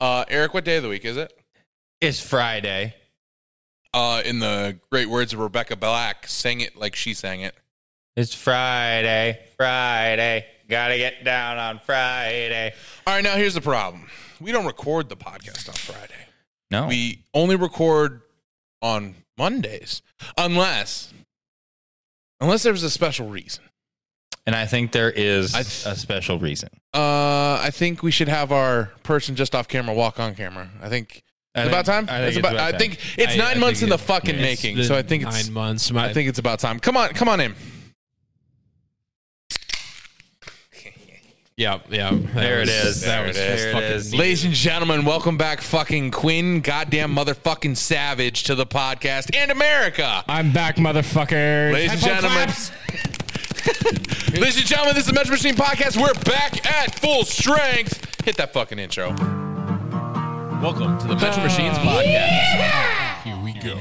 Uh, Eric, what day of the week is it? It's Friday. Uh, in the great words of Rebecca Black, sang it like she sang it. It's Friday. Friday. Gotta get down on Friday. All right, now here's the problem. We don't record the podcast on Friday. No. We only record on Mondays, unless unless there's a special reason. and I think there is I- a special reason. Uh, I think we should have our person just off camera walk on camera. I think I it's about time. think- I think It's it's about- about I think time. it's I- I nine think months in it- the fucking yeah, it's making, It's so I been think it's nine months. I My- think it's about time. Come on, come on in. Yeah, yeah. that There it was- is. That There was it is. just fucking There it is. neat. Ladies and gentlemen, welcome back, fucking Quinn, goddamn motherfucking Savage, to the podcast and America. I'm back, motherfucker. Ladies and gentlemen. Ladies and gentlemen, this is the Metro Machine Podcast. We're back at full strength. Hit that fucking intro. Welcome to the Metro Uh, Machines Podcast. Here we go.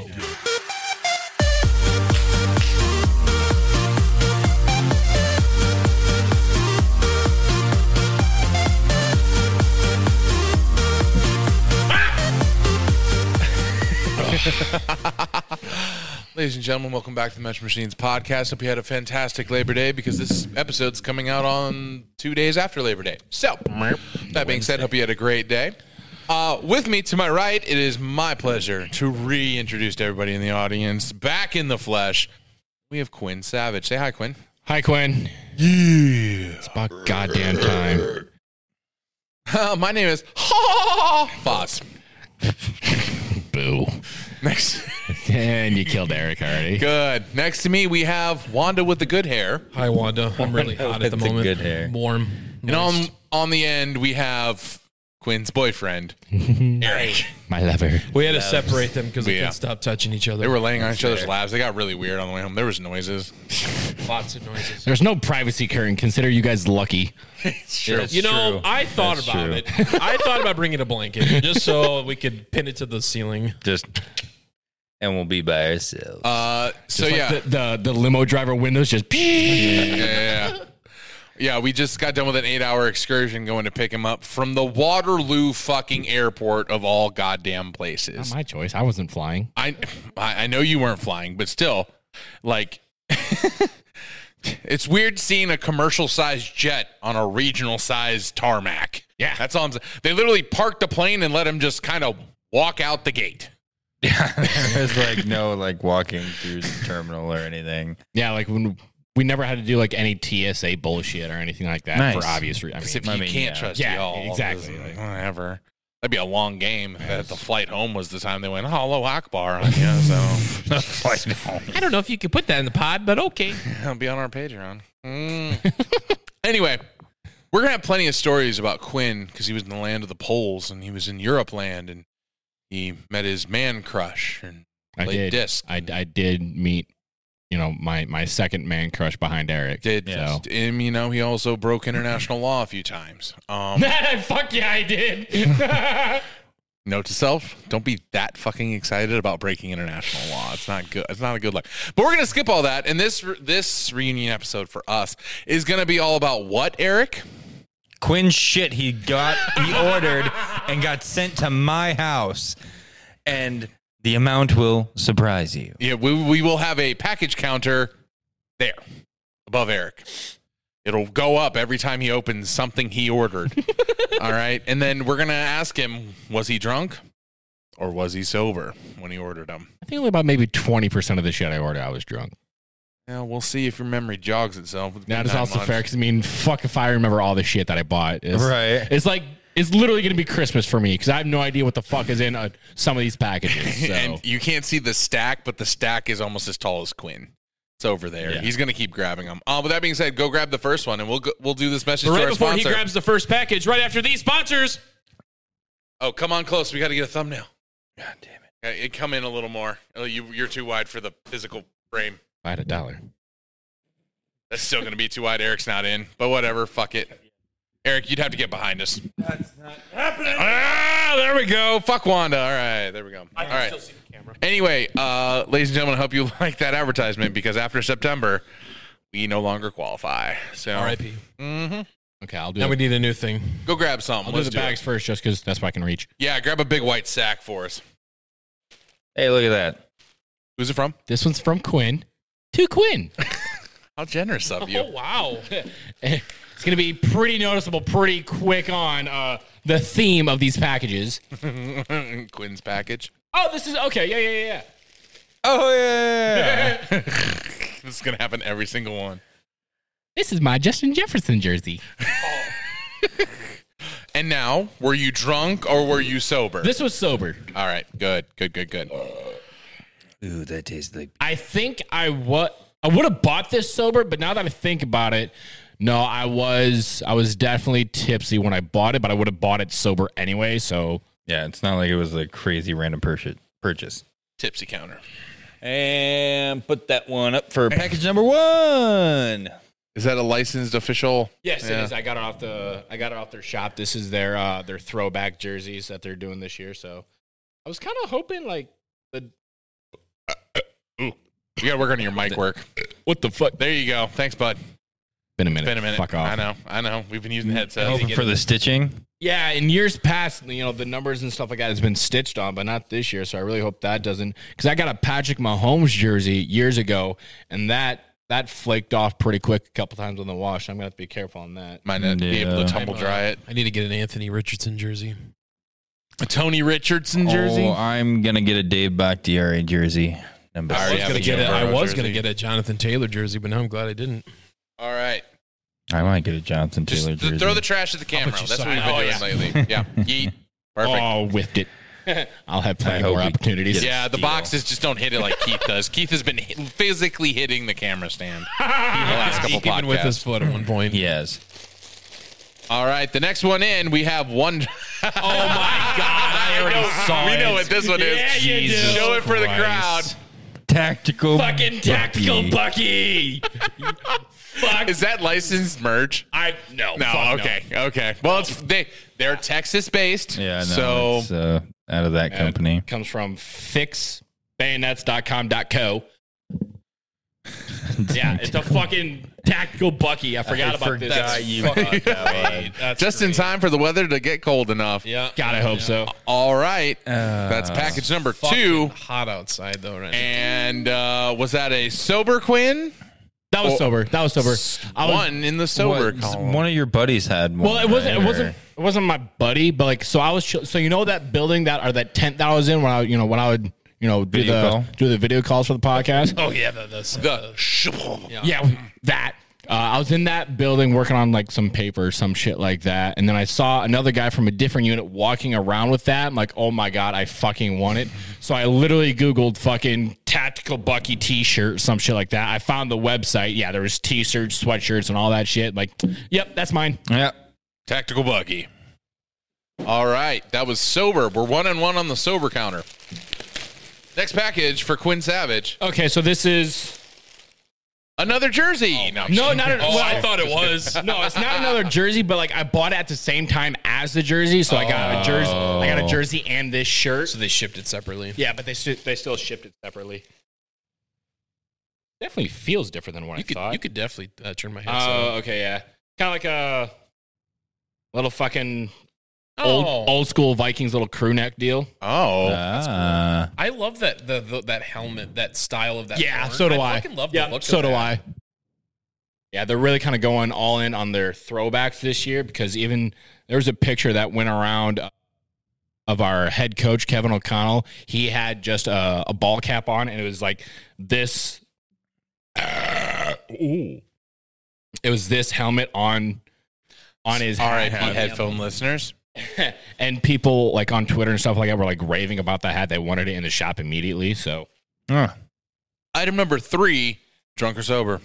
Ladies and gentlemen, welcome back to the Metro Machines Podcast. Hope you had a fantastic Labor Day because this episode's coming out on two days after Labor Day. So, that being said, hope you had a great day. Uh, with me to my right, it is my pleasure to reintroduce to everybody in the audience back in the flesh. We have Quinn Savage. Say hi, Quinn. Hi, Quinn. Yeah. It's about goddamn time. Uh, my name is Ha Foz. Boo. Next. And you killed Eric already. Good. Next to me, we have Wanda with the good hair. Hi, Wanda. I'm really hot at the That's a moment. good hair. Warm. And on, on the end, we have Quinn's boyfriend, Eric. My lover. we had to separate them because they Yeah. couldn't stop touching each They other. were laying on each other's laps. They got really weird on the way home. There was noises. lots of noises. There's no privacy curtain. Consider you guys lucky. Sure. It's You know, true. I thought That's about true. it. I thought about bringing a blanket just so we could pin it to the ceiling. Just and we'll be by ourselves. Uh, so Like yeah, The, the the limo driver windows just. yeah, yeah, yeah. Yeah, we just got done with an eight-hour excursion going to pick him up from the Waterloo fucking airport of all goddamn places. Not my choice. I wasn't flying. I I I know you weren't flying, but still, like it's weird seeing a commercial sized jet on a regional sized tarmac. Yeah. That's all I'm saying. They literally parked the plane and let him just kind of walk out the gate. There's like no like walking through the terminal or anything. Yeah, like when we never had to do like any TSA bullshit or anything like that Nice. for obvious reasons. Because I mean, if you I mean, can't yeah. trust Yeah, y'all, exactly. it's like, whatever. That'd be a long game. If the flight home was the time they went hollow akbar on you, so I don't know if you could put that in the pod, but okay. I'll be on our Patreon. Mm. anyway, we're gonna have plenty of stories about Quinn because he was in the land of the Poles and he was in Europe land and he met his man crush and I played did. disc. I, I did meet, you know, my my second man crush behind Eric. Did Yeah. and, you know he also broke international law a few times. Um, Fuck yeah, I did. note to self: don't be that fucking excited about breaking international law. It's not good. It's not a good look. But we're gonna skip all that. And this re- this reunion episode for us is gonna be all about what Eric. Quinn shit he got he ordered and got sent to my house. And the amount will surprise you. Yeah, we, we will have a package counter there above Eric. It'll go up every time he opens something he ordered. All right. And then we're going to ask him was he drunk or was he sober when he ordered them? I think only about maybe twenty percent of the shit I ordered, I was drunk. Now, we'll see if your memory jogs itself. It's been That is nine also months. fair because I mean, fuck if I remember all the shit that I bought. It's- Right. It's like it's literally gonna be Christmas for me because I have no idea what the fuck is in uh, some of these packages. So And you can't see the stack, but the stack is almost as tall as Quinn. It's over there. Yeah. He's going to keep grabbing them. Uh, with that being said, go grab the first one and we'll go, we'll do this message to right our before sponsor. he grabs the first package, right after these sponsors. oh, come on close. We got to get a thumbnail. Uh, It come in a little more. Oh, you you're too wide for the physical frame. I had a dollar. That's still gonna be too wide. Eric's not in, but whatever. Fuck it. Eric, you'd have to get behind us. That's not happening. Ah, there we go. Fuck Wanda. All right, there we go. All right. Anyway, uh, ladies and gentlemen, I hope you like that advertisement because after September, we no longer qualify. So R.I.P. Okay, I'll do. Now it. we need a new thing. Go grab some. I'll do Let's the do it. bags first, just because that's what I can reach. Yeah, grab a big white sack for us. Hey, look at that. Who's it from? This one's from Quinn to Quinn. How generous of you. wow, it's gonna be pretty noticeable, pretty quick on uh, the theme of these packages. Quinn's package. Oh, this is okay. Yeah, yeah, yeah, yeah. Oh yeah. This is gonna happen every single one. This is my Justin Jefferson jersey. And now, were you drunk or were you sober? This was sober. All right, good, good, good, good. Ooh, that tastes like I think I what I would have bought this sober, but now that I think about it, no, I was I was definitely tipsy when I bought it, but I would have bought it sober anyway. So Yeah, it's not like it was a crazy random purchase. Purchase. Tipsy counter. And put that one up for package number one. Is that a licensed official? yes, Yeah. it is. I got it off the I got it off their shop. This is their uh, their throwback jerseys that they're doing this year. So I was kind of hoping like You gotta work on your mic work. What the fuck? There you go. Thanks, bud. been a minute, Been a minute. fuck off. I know. I know. We've been using headsets. Hoping for the stitching. Yeah, in years past, you know, the numbers and stuff like that has been stitched on, but not this year. So I really hope that doesn't because I got a Patrick Mahomes jersey years ago, and that that flaked off pretty quick a couple times on the wash. I'm gonna have to be careful on that. Might not be able Yeah. to tumble dry it. I need to get an Anthony Richardson jersey. A Tony Richardson jersey. Oh, I'm gonna get a Dave Bakhtiari jersey. Number I I was already have gonna a get Joe a, I Burrow was jersey. gonna get a Jonathan Taylor jersey, but now I'm glad I didn't. All right. I might get a Jonathan Just Taylor th- jersey. throw the trash at the camera. bet you That's what sign- we've been oh, doing yeah. lately. Yeah. Yeet. Perfect. Oh, whiffed it. I'll have I plenty hope more we opportunities. get it. Yeah, the Steal. boxes just don't hit it like Keith does. Keith has been hit, physically hitting the camera stand the last couple Deacon podcasts. with his foot at one point. yes. All right, the next one in, we have one. oh my God! I already saw we it. know what this one Yeah, is. you do. Jesus Show it for the crowd. Christ. Tactical. Fucking tactical Bucky. Bucky. Fuck. Is that licensed merch? I no. No. fuck okay. Okay. Well, it's they they're Texas based. Yeah, no, so it's, uh, out of that company. Comes from fixbayonets.com.co. Yeah, it's a fucking tactical Bucky. I forgot about this. That's That's fucking fucking- great. That's just in great. time for the weather to get cold enough. Yeah. God, I hope so. All right. Uh, That's package number Fucking two. hot outside though right now. And uh, was that a sober Quinn? That was Or- sober. That was sober. I was, one in the sober What- column. one of your buddies had one. Well, it wasn't. It right? wasn't. It wasn't my buddy, but like, so I was. chill- So you know that building that or that tent that I was in when I, you know, when I would, you know, do Video the call? do the video calls for the podcast. Oh yeah, the, the, the Yeah, that. Uh, I was in that building working on like some paper or some shit like that. And then I saw another guy from a different unit walking around with that. I'm like, oh my God, I fucking want it. So I literally Googled fucking tactical Bucky t shirt, some shit like that. I found the website. Yeah, there was t shirts, sweatshirts, and all that shit. Like, yep, that's mine. Yeah. tactical buggy. All right, that was sober. We're one and one on the sober counter. Next package for Quinn Savage, Okay, so this is. another jersey. Oh, no, I'm No, kidding. not an, well, I thought it was. No, it's not another jersey, but like I bought it at the same time as the jersey, so I got a jersey. I got a jersey and this shirt. Oh. So they shipped it separately. Yeah, but they sti- they still shipped it separately. Definitely feels different than what I You could thought. you could definitely uh, turn my head. Oh, okay, yeah. Kind of like a little fucking old Oh. old school Vikings little crew neck deal. Uh, Oh, Ah. I love that the, the that helmet, that style of that. yeah, horn. so do I. fucking love yeah, the look. So of do that. I. Yeah, they're really kind of going all in on their throwbacks this year because even there was a picture that went around of our head coach Kevin O'Connell. He had just a, a ball cap on, and it was like this. uh, ooh, it was this helmet on on his RIP hat. headphone listeners. and people like on Twitter and stuff like that were like raving about the hat. They wanted it in the shop immediately. So Ah. Item number three, drunk or sober.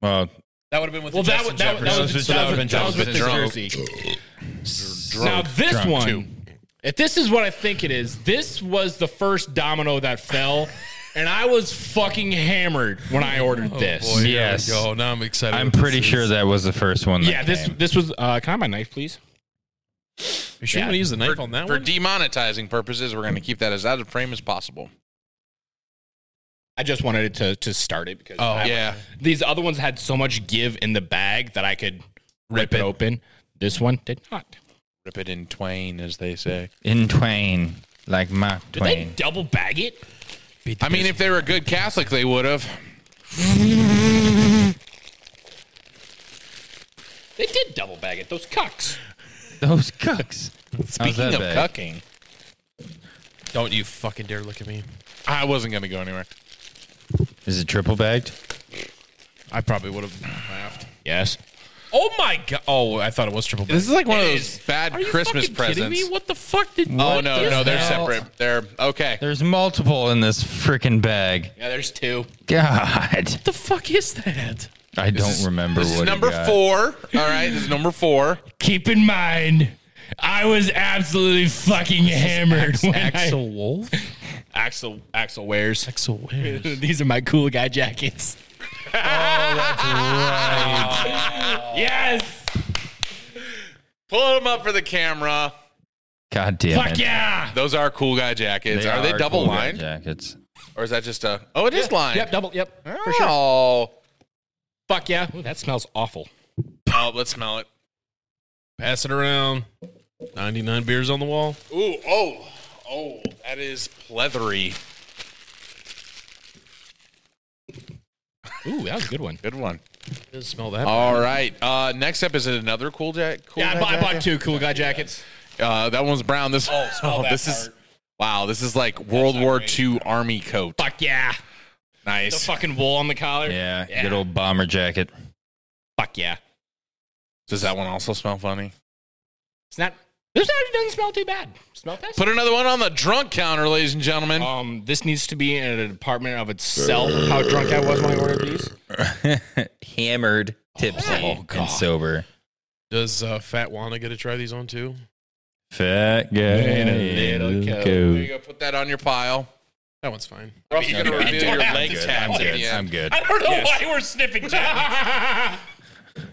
Well, That would have been with Well, the that, Justin was- that, was- that Jefferson. was, So that, would've been was, that was Justin with the Drunk. jersey. Now this Drunk, one, too. if this is what I think it is, this was the first domino that fell, and I was fucking hammered when I ordered this. Oh, Boy, here we Yes. go. Now I'm excited. I'm what this pretty is. sure that was the first one. That Yeah, this came. this was. Uh, can I have my knife, please? You sure you Yeah. want to use the knife For, on that for one? demonetizing purposes, we're going to keep that as out of frame as possible. I just wanted it to to start it because Oh, I- yeah. these other ones had so much give in the bag that I could rip it open. This one did not. Rip it in twain, as they say. in twain, like Mark Did they Twain. double bag it? I mean, if they were a good Catholic, they would have. They did double bag it. Those cucks. Those cooks. How's Speaking that of bad? cucking, Don't you fucking dare look at me. I wasn't going to go anywhere. Is it triple bagged? I probably would have laughed. Yes. Oh my god! Oh, I thought it was triple. This is like one of It those is. bad Are you Christmas fucking kidding presents. Me? What the fuck did? Oh what no, is no, they're that? separate. They're okay. There's multiple in this freaking bag. yeah, there's two. God, What the fuck is that? I don't remember This what. is he number got. four. All right, this is number four. Keep in mind, I was absolutely fucking hammered. when I- Axel Wolf. Axel. Axel wears. Axel Wolf. These are my cool guy jackets. oh, that's right. yes. Pull them up for the camera. God damn Fuck it. yeah. Those are cool guy jackets. are, they double cool guy lined, jackets? or is that just a? Oh, it is lined. Yep. Double. Yep. Oh. For sure. Fuck yeah. Ooh, that smells awful. Oh, let's smell it. Pass it around. Ninety-nine beers on the wall. Ooh, oh, oh, that is pleathery. Ooh, that was a good one. Good one. Does smell that? All right. Uh, next up is another cool jack. Cool Yeah, I guy bought, I bought jacket? two cool guy jackets. Uh, that one's brown. This oh, smell that this is wow. This is like World War II army coat. Fuck yeah. The Nice. fucking wool on the collar. Yeah, Yeah. good old bomber jacket. Fuck yeah. Does that one also smell funny? It's not. This actually doesn't smell too bad. Smell best. Put another one on the drunk counter, ladies and gentlemen. Um, this needs to be in a department of itself. How drunk I was when I ordered these. Hammered, tipsy, and sober. Does uh, Fat Wanna get to try these on too? Fat guy. In a little in coat. there you go. Put that on your pile. That one's fine. We're also gonna I reveal don't your have leg to. tabs at I'm good. the I'm end. good. I don't know why we're sniffing jackets. Better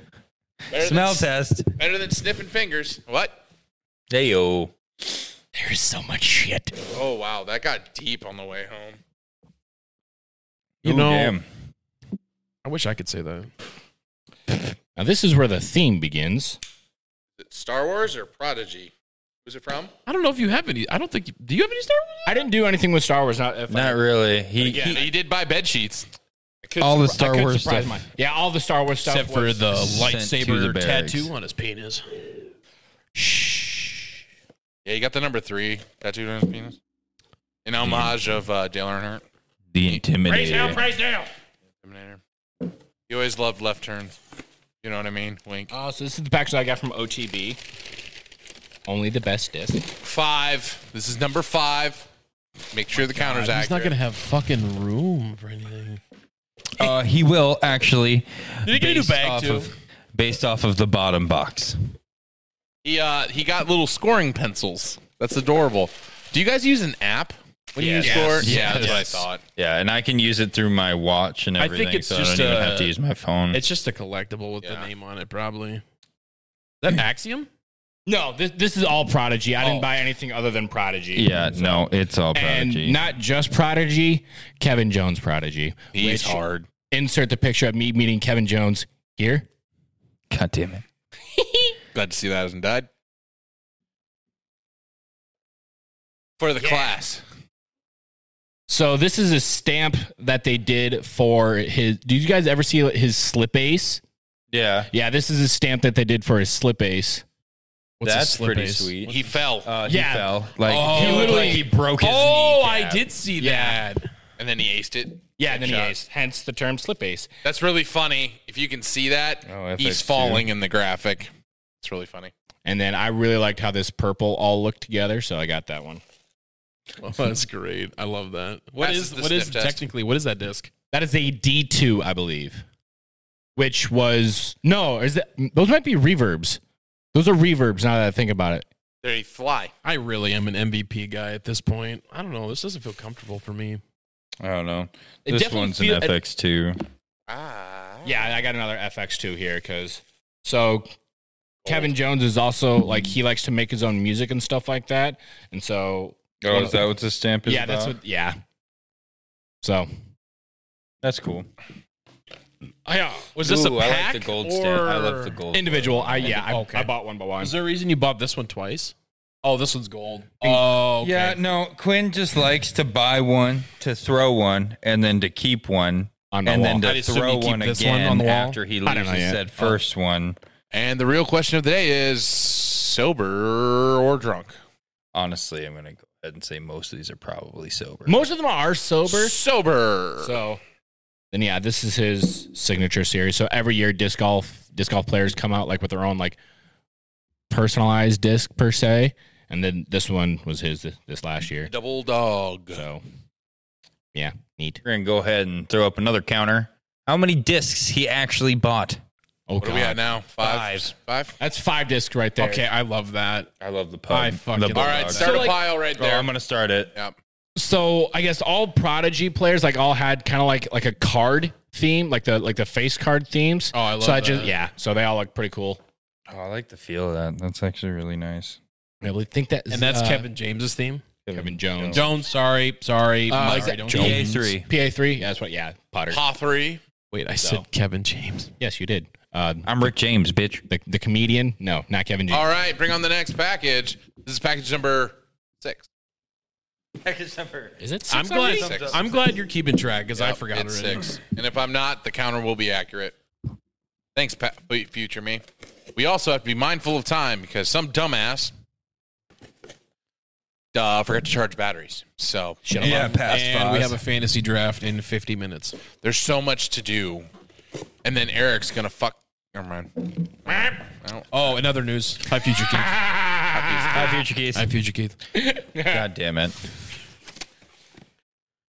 than- Smell test. Better than sniffing fingers. What? Dayo. There's so much shit. Oh wow, that got deep on the way home. You Ooh, know, damn. I wish I could say that. Now this is where the theme begins. Is it Star Wars or Prodigy? Who's it from? I don't know if you have any. I don't think. You, do you have any Star Wars? I didn't do anything with Star Wars. Not if Not really. He, Yeah, he he did buy bed sheets. I could all the surpri- I Star could Wars surprise stuff. my- yeah, all the Star Wars stuff. Except for was- the sent to lightsaber the barracks. tattoo on his penis. Yeah, he got the number three tattooed on his penis. In homage of uh, Dale Earnhardt. the praise hell, intimidator. praise hell. Terminator. He always loved left turns. You know what I mean? Wink. Oh, so this is the package I got from OTB. Only the best disc. Five. This is number five. Make sure the counter's accurate. have fucking room for anything. Uh, he will actually. Did he get a new based bag, off too? Of, based off of the bottom box. He uh he got little scoring pencils. That's adorable. Do you guys use an app when you score? Yeah, that's what I Yes. thought. Yeah, and I can use it through my watch and I think everything, it's so just I don't a- even have to use my phone. It's just a collectible with Yeah. the name on it, probably. Is that Axiom? No, this, this is all Prodigy. I Oh. didn't buy anything other than Prodigy. yeah, no, um, it's all and Prodigy. not just Prodigy, Kevin Jones Prodigy. He's which- hard. Insert the picture of me meeting Kevin Jones here. God damn it. Glad to see that hasn't died. For the class. So this is a stamp that they did for his. Did you guys ever see his slip ace? Yeah, Yeah, this is a stamp that they did for his slip ace. a that's slip pretty ace? sweet. He fell. uh, he Yeah. fell. Like, Oh, he he looked literally- like he broke his Oh, I kneecap. did see Yeah. that. and then he aced it. Yeah, and then he Shot. ace. Hence the term slip ace. That's really funny. If you can see that, Oh, he's FX2. falling in the graphic. It's really funny. And then I really liked how this purple all looked together, so I got that one. Oh, that's great. I love that. What Passes is the what is sniff test. technically what is that disc? That is a D two, I believe. Which was no, is that those might be reverbs. Those are reverbs. Now that I think about it, There he fly. I really am an MVP guy at this point. I don't know. This doesn't feel comfortable for me. I don't know. It This definitely one's feel- an FX two. Ah. yeah, I got another FX two here because so Oh. Kevin Jones is also like he likes to make his own music and stuff like that, and so Oh, is that what the stamp is? yeah, that's about? what yeah. So That's cool. yeah. uh, Was this a Ooh, pack I like the gold stamp. I love the or- gold. Individual. I yeah. I, Okay. I bought one by one. Is there a reason you bought this one twice? Oh, this one's gold. Oh, okay. Yeah, no. Quinn just likes to buy one, to throw one, and then to keep one, On my and then wall. to I'd assume you throw keep one this again one on the wall? after he I don't leaves know his yet. said first one. And the real question of the day is sober or drunk? Honestly, I'm gonna go ahead and say most of these are probably sober. Most of them are sober. Sober. So then yeah, this is his signature series. So every year disc golf disc golf players come out like with their own like personalized disc per se. And then this one was his th- this last year. Double dog. So yeah, neat. We're gonna go ahead and throw up another counter. How many discs he actually bought? Oh What are we God. at now? Five. Five. That's five discs right there. Okay, I love that. I love the pub. I fucking the love All Bulldog. right, start So, a like- pile right Oh, there. I'm gonna start it. Yep. So I guess all prodigy players like all had kind of like like a card theme, like the like the face card themes. Oh, I love so I that. just yeah. So they all look pretty cool. Oh, I like the feel of that. That's actually really nice. I really think that And that's uh, Kevin James's theme. Kevin Jones. Jones, sorry, sorry. Uh, Mike sorry, don't- Jones. PA3. PA three. Yeah, that's what. Yeah, Potter. Paw three. Wait, I said No. Kevin James. Yes, you did. Uh, I'm Rick James, bitch. the the comedian. No, not Kevin James. All right, bring on the next package. This is package number six. Is it? I'm six glad. already? Six. I'm glad you're keeping track because I Yep, forgot it's already. six. And if I'm not, the counter will be accurate. Thanks, pa- fu- future me. We also have to be mindful of time because some dumbass uh, forgot to charge batteries. So Shut up. Yeah, past And five. we have a fantasy draft in 50 minutes. there's so much to do, and then Eric's gonna fuck. Never Uh, mind. Oh, and other news. Hi, future Keith. Hi, future Keith. Hi, future Keith. God damn it.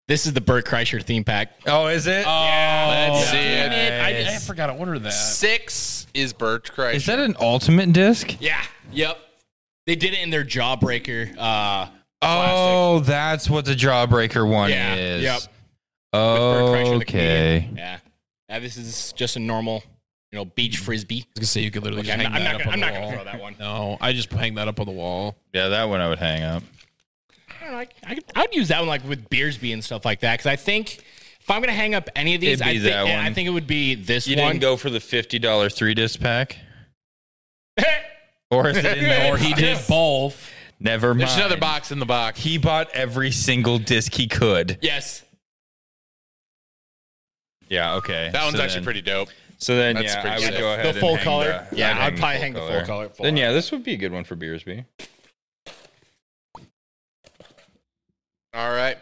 This is the Bert Kreischer theme pack. Oh, is it? Let's see it. I, I forgot to order that. Six is Birch Kreischer. Is that an ultimate disc? Yeah. Yep. They did it in their Jawbreaker. Uh, Oh, that's what the Jawbreaker one Yeah, is. yep. Bert Kreischer, the Okay. comedian. Yeah. Yeah. This is just a normal, you know, beach I frisbee. was gonna say you could literally Okay, just I'm hang not- that up I'm on not the gonna- wall. I'm not gonna No, I just hang that up on the wall. Yeah, that one I would hang up. I don't know, I- I, could- I would use that one like with Beersby and stuff like that because I think if I'm gonna hang up any of these, It'd I be think, that I one. think it would be this You one. didn't go for the fifty dollar three disc pack, or is it in Or there? he did both. Never mind. There's another box in the box. He bought every single disc he could. yes. Yeah. Okay. That one's So actually then- pretty dope. So then, That's yeah, pretty I would sick. go ahead. The and full hang color? the- Yeah, I'd I'd probably hang the full color, full then out. yeah, this would be a good one for Beersby. All right.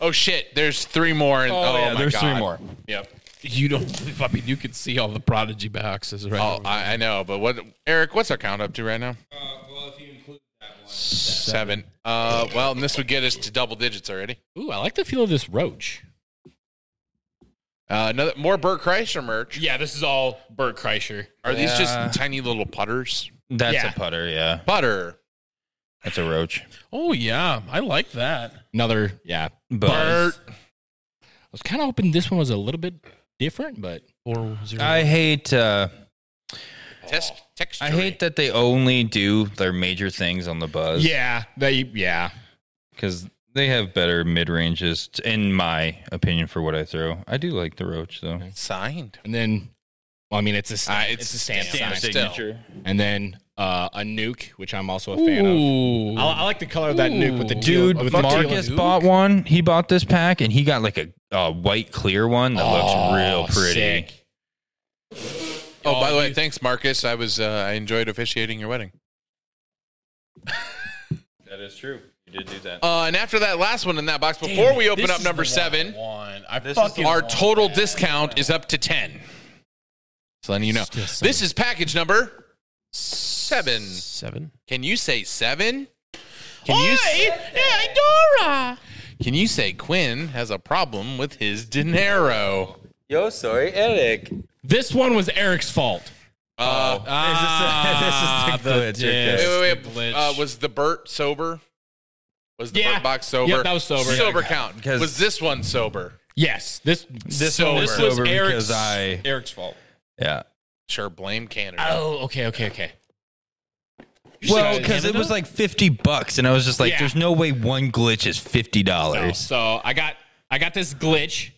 Oh shit! There's three more. And, oh, my there's three God. more. Yep. You don't. I mean, you could see all the prodigy boxes, right? Oh, I, I know, but what, Eric? What's our count up to right now? well, if you include that one. Seven. Uh, well, and this would get us to double digits already. Ooh, I like the feel of this roach. Uh, another more Burt Kreischer merch. Yeah, this is all Bert Kreischer. Are these Yeah. just tiny little putters? That's Yeah. a putter, yeah. Putter. That's a roach. oh yeah, I like that. Another, yeah. But I was kind of hoping this one was a little bit different, but Four zero. I hate uh, Test texture. I hate that they only do their major things on the buzz. yeah, they, yeah, because they have better mid ranges, t- in my opinion, for what I throw. I do like the roach though. signed. and then, well, I mean, it's a stamp, Uh, it's it's, a a stamp, stamp sign. signature. and then uh, a nuke, which I'm also a fan of. Ooh. I, I like the color of that nuke with the Ooh. teal- Dude, with the teal- Marcus bought one. He bought this pack, and he got like a, a white clear one that Oh, looks real pretty. sick. Oh, by the way, thanks, Marcus. I was uh, I enjoyed officiating your wedding. That is true. You did do that. Uh, and after that last one in that box, before we open up number seven, One. I This is fucking. the our total discount is up to ten. So letting you know, this is package number seven. Seven. Can you say seven? Can you? Say, Dora. Can you say Quinn has a problem with his dinero? Yo, sorry, Eric. This one was Eric's fault. Uh, Uh, Ah, this is the the glitch. disc. wait, wait, the wait. glitch. Uh, was the Burt sober? Was the Yeah. Burt box Yep, sober? that was sober. Sober count. 'Cause- Was this one sober? Yes, this This so one this was was sober Eric's. because I- Eric's fault. Yeah. Sure, blame Canada. Oh, okay, okay, okay. Well, because it was like fifty bucks, and I was just like, Yeah. "There's no way one glitch is fifty No, dollars." so I got I got this glitch,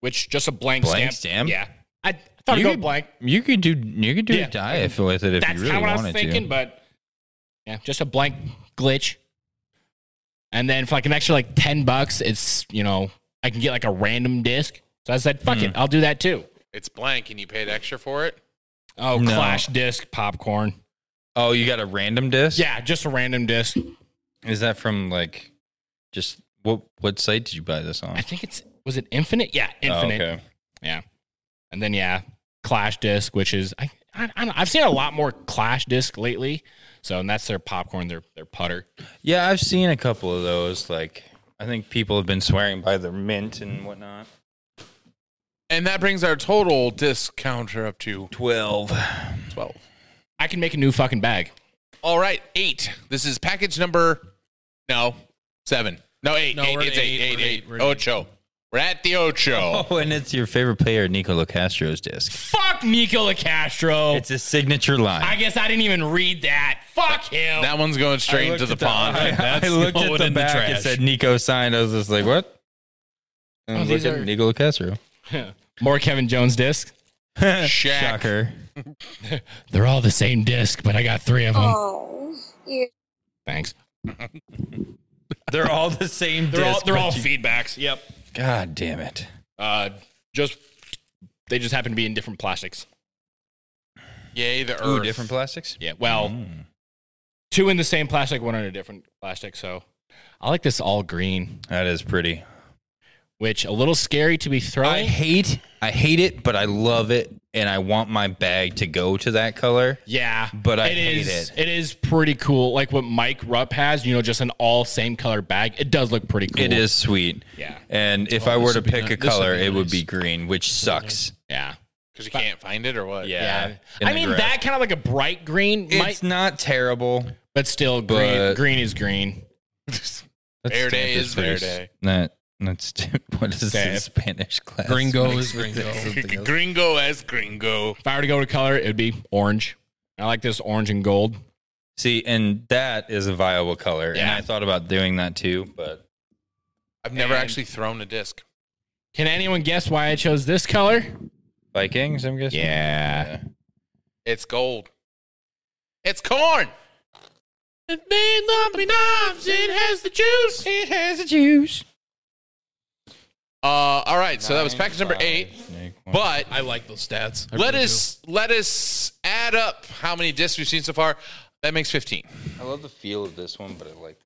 which just a blank, Blank stamp? stamp. Yeah, I thought You it'd could- go blank. You could do you could do Yeah. a dive with it if That's you really kind of what I wanted was thinking, to. but yeah, just a blank glitch. And then for like an extra like ten bucks, it's you know I can get like a random disc. So I said, fuck Hmm. it, I'll do that too. It's blank, and you paid extra for it. Oh, No. Clash disc popcorn. Oh, you got a random disc? Yeah, just a random disc. Is that from like just what what site did you buy this on? I think it's was it Infinite? Yeah, Oh, Infinite. okay. Yeah, and then yeah, Clash disc, which is I, I, I don't, I've seen a lot more Clash disc lately. So and that's their popcorn, their their putter. Yeah, I've seen a couple of those. Like I think people have been swearing by their mint and whatnot. And that brings our total discounter up to Twelve. Oh. 12. I can make a new fucking bag. All right, eight. This is package number, no, seven. No, eight. No, eight. we're at It's eight, eight, eight, we're at eight. eight, we're at Ocho. We're at the Ocho. Oh, and it's your favorite player, Nicolo Castro's disc. Fuck Nico Castro. It's his signature line. I guess I didn't even read that. Fuck him. That one's going straight into the pond. I, That's looked at going the in the back. It trash. said Nico signed. I was just like, what? And Oh, I was these looking are- at Nicolo Castro. More Kevin Jones disc. Shaq. Shocker. They're all the same disc, but I got three of them. Oh, you Thanks. They're all the same. They're all disc, they're but all you- feedbacks. Yep. God damn it. Uh, just they just happen to be in different plastics. Yay, the Earth. Ooh, different plastics. Yeah. Well, Mm. two in the same plastic, one in a different plastic. So I like this all green, That is pretty. which a little scary to be I throwing. hate, I hate it, but I love it, and I want my bag to go to that color. yeah, But I hate is- it. It is pretty cool, like what Mike Rupp has. You know, just an all same color bag. It does look pretty cool. It is sweet. Yeah. And if Oh, I were this to would be pick ni- a this would color, be it would nice. be green, which sucks. Yeah. Because you can't find it or what? Yeah. in I the mean, grass. that kind of like a bright green might, It's not terrible. but still green. but- green is green. Verde stamp is pretty s- verde. That that's what is Stamp. this Spanish class? Gringo mixed is with gringo. something else? Gringo as gringo. If I were to go to color, it would be orange. I like this orange and gold. See, and that is a viable color, and Yeah. I thought about doing that too, but I've never And- actually thrown a disc. Can anyone guess why I chose this color? Vikings, I'm guessing. Yeah. It's gold. It's corn. It may not be knives. It has the juice. It has the juice. Uh, all right, so that was package number Five, eight. snake, one. But I like those stats. I let really us let us add up how many discs we've seen so far. That makes fifteen. I love the feel of this one, but I like.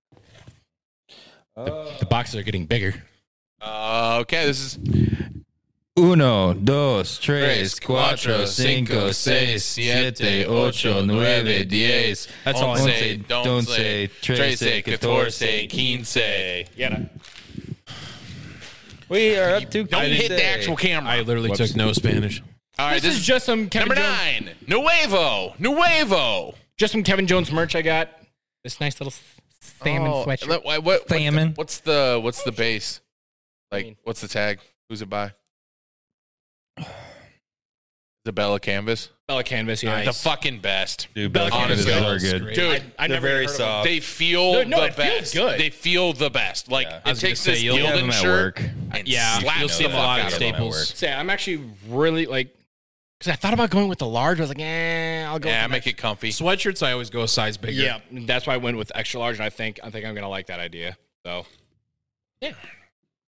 The boxes are getting bigger. Uh, okay, this is Uno, dos, tres, cuatro, cinco, seis, siete, ocho, nueve, diez, That's all I once, want. donce, trece, catorce, quince. Yeah. We are up to. Don't hit the actual camera. do. I literally Whoops. took no Spanish. All right, This, is, just some Kevin number Jones, nine. Nuevo, Nuevo. Just some Kevin Jones merch I got. This nice little s- salmon Oh, sweatshirt. what- what- what- Salmon. What's the what's the base? I mean- Like, what's the tag? Who's it by? The Bella Canvas. Bella canvas. Yeah. The fucking best. Dude, Bella Honestly, those those are good. great. Dude, I They're never very heard of soft. they feel Dude, no, the it feels best. good. They feel the best. Like Yeah. I it was gonna takes say, this you'll have Gildan them at shirt work. and Yeah, slaps You'll the see fuck them a lot out at of Staples. it. Say, I'm actually really like, because I thought about going with the large. I was like, eh, I'll go. Yeah, with make it comfy. Sweatshirts, I always go a size bigger. Yeah, that's why I went with extra large, and I think I think I'm gonna like that idea. So, yeah,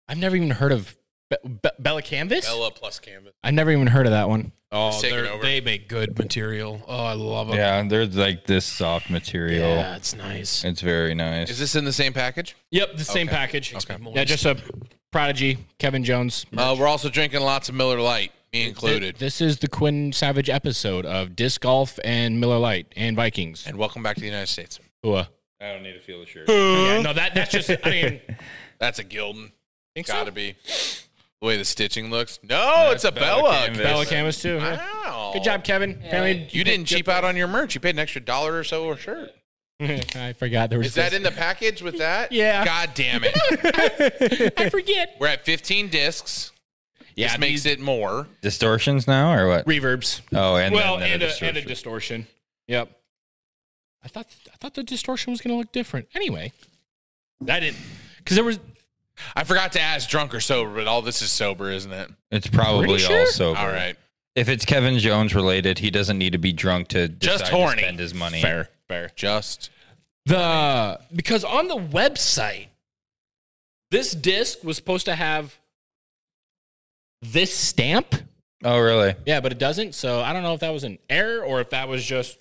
I've never even heard of Be- Be- Bella Canvas. Bella plus Canvas. I never even heard of that one. Oh, It's taken they're- over. they make good material. Oh, I love them. Yeah, they're like this soft material. Yeah, it's nice. It's very nice. Is this in the same package? Yep, the same Okay. package. Okay. Yeah, just a Prodigy, Kevin Jones. Uh, we're also drinking lots of Miller Lite, me included. This is the Quinn Savage episode of disc golf and Miller Lite and Vikings. And welcome back to the United States. Hua. I don't need to feel the shirt. Yeah, no, that that's just. I mean, That's a Gildan. think so? Gotta be. The way the stitching looks. No, it's a Bella Bella. Canvas. Bella Canvas too. yeah. Wow. Good job, Kevin. Apparently, You didn't cheap out on your merch. You paid an extra dollar or so a shirt. I forgot there was. Is that this- in the package with that? Yeah. God damn it. I forget. We're at 15 discs. Yeah, this makes it more. Distortions now or what? reverbs. Oh, and well, then, and, then a, and a distortion. Yep. I thought I thought the distortion was going to look different. Anyway, that didn't because there was I forgot to ask drunk or sober, but all this is sober, isn't it? it's probably Pretty sure? all sober. All right. If it's Kevin Jones related, he doesn't need to be drunk to Just decide horny. To spend his money. Fair, fair. Just The because on the website, this disc was supposed to have this stamp. Oh, really? Yeah, but it doesn't. So I don't know if that was an error or if that was just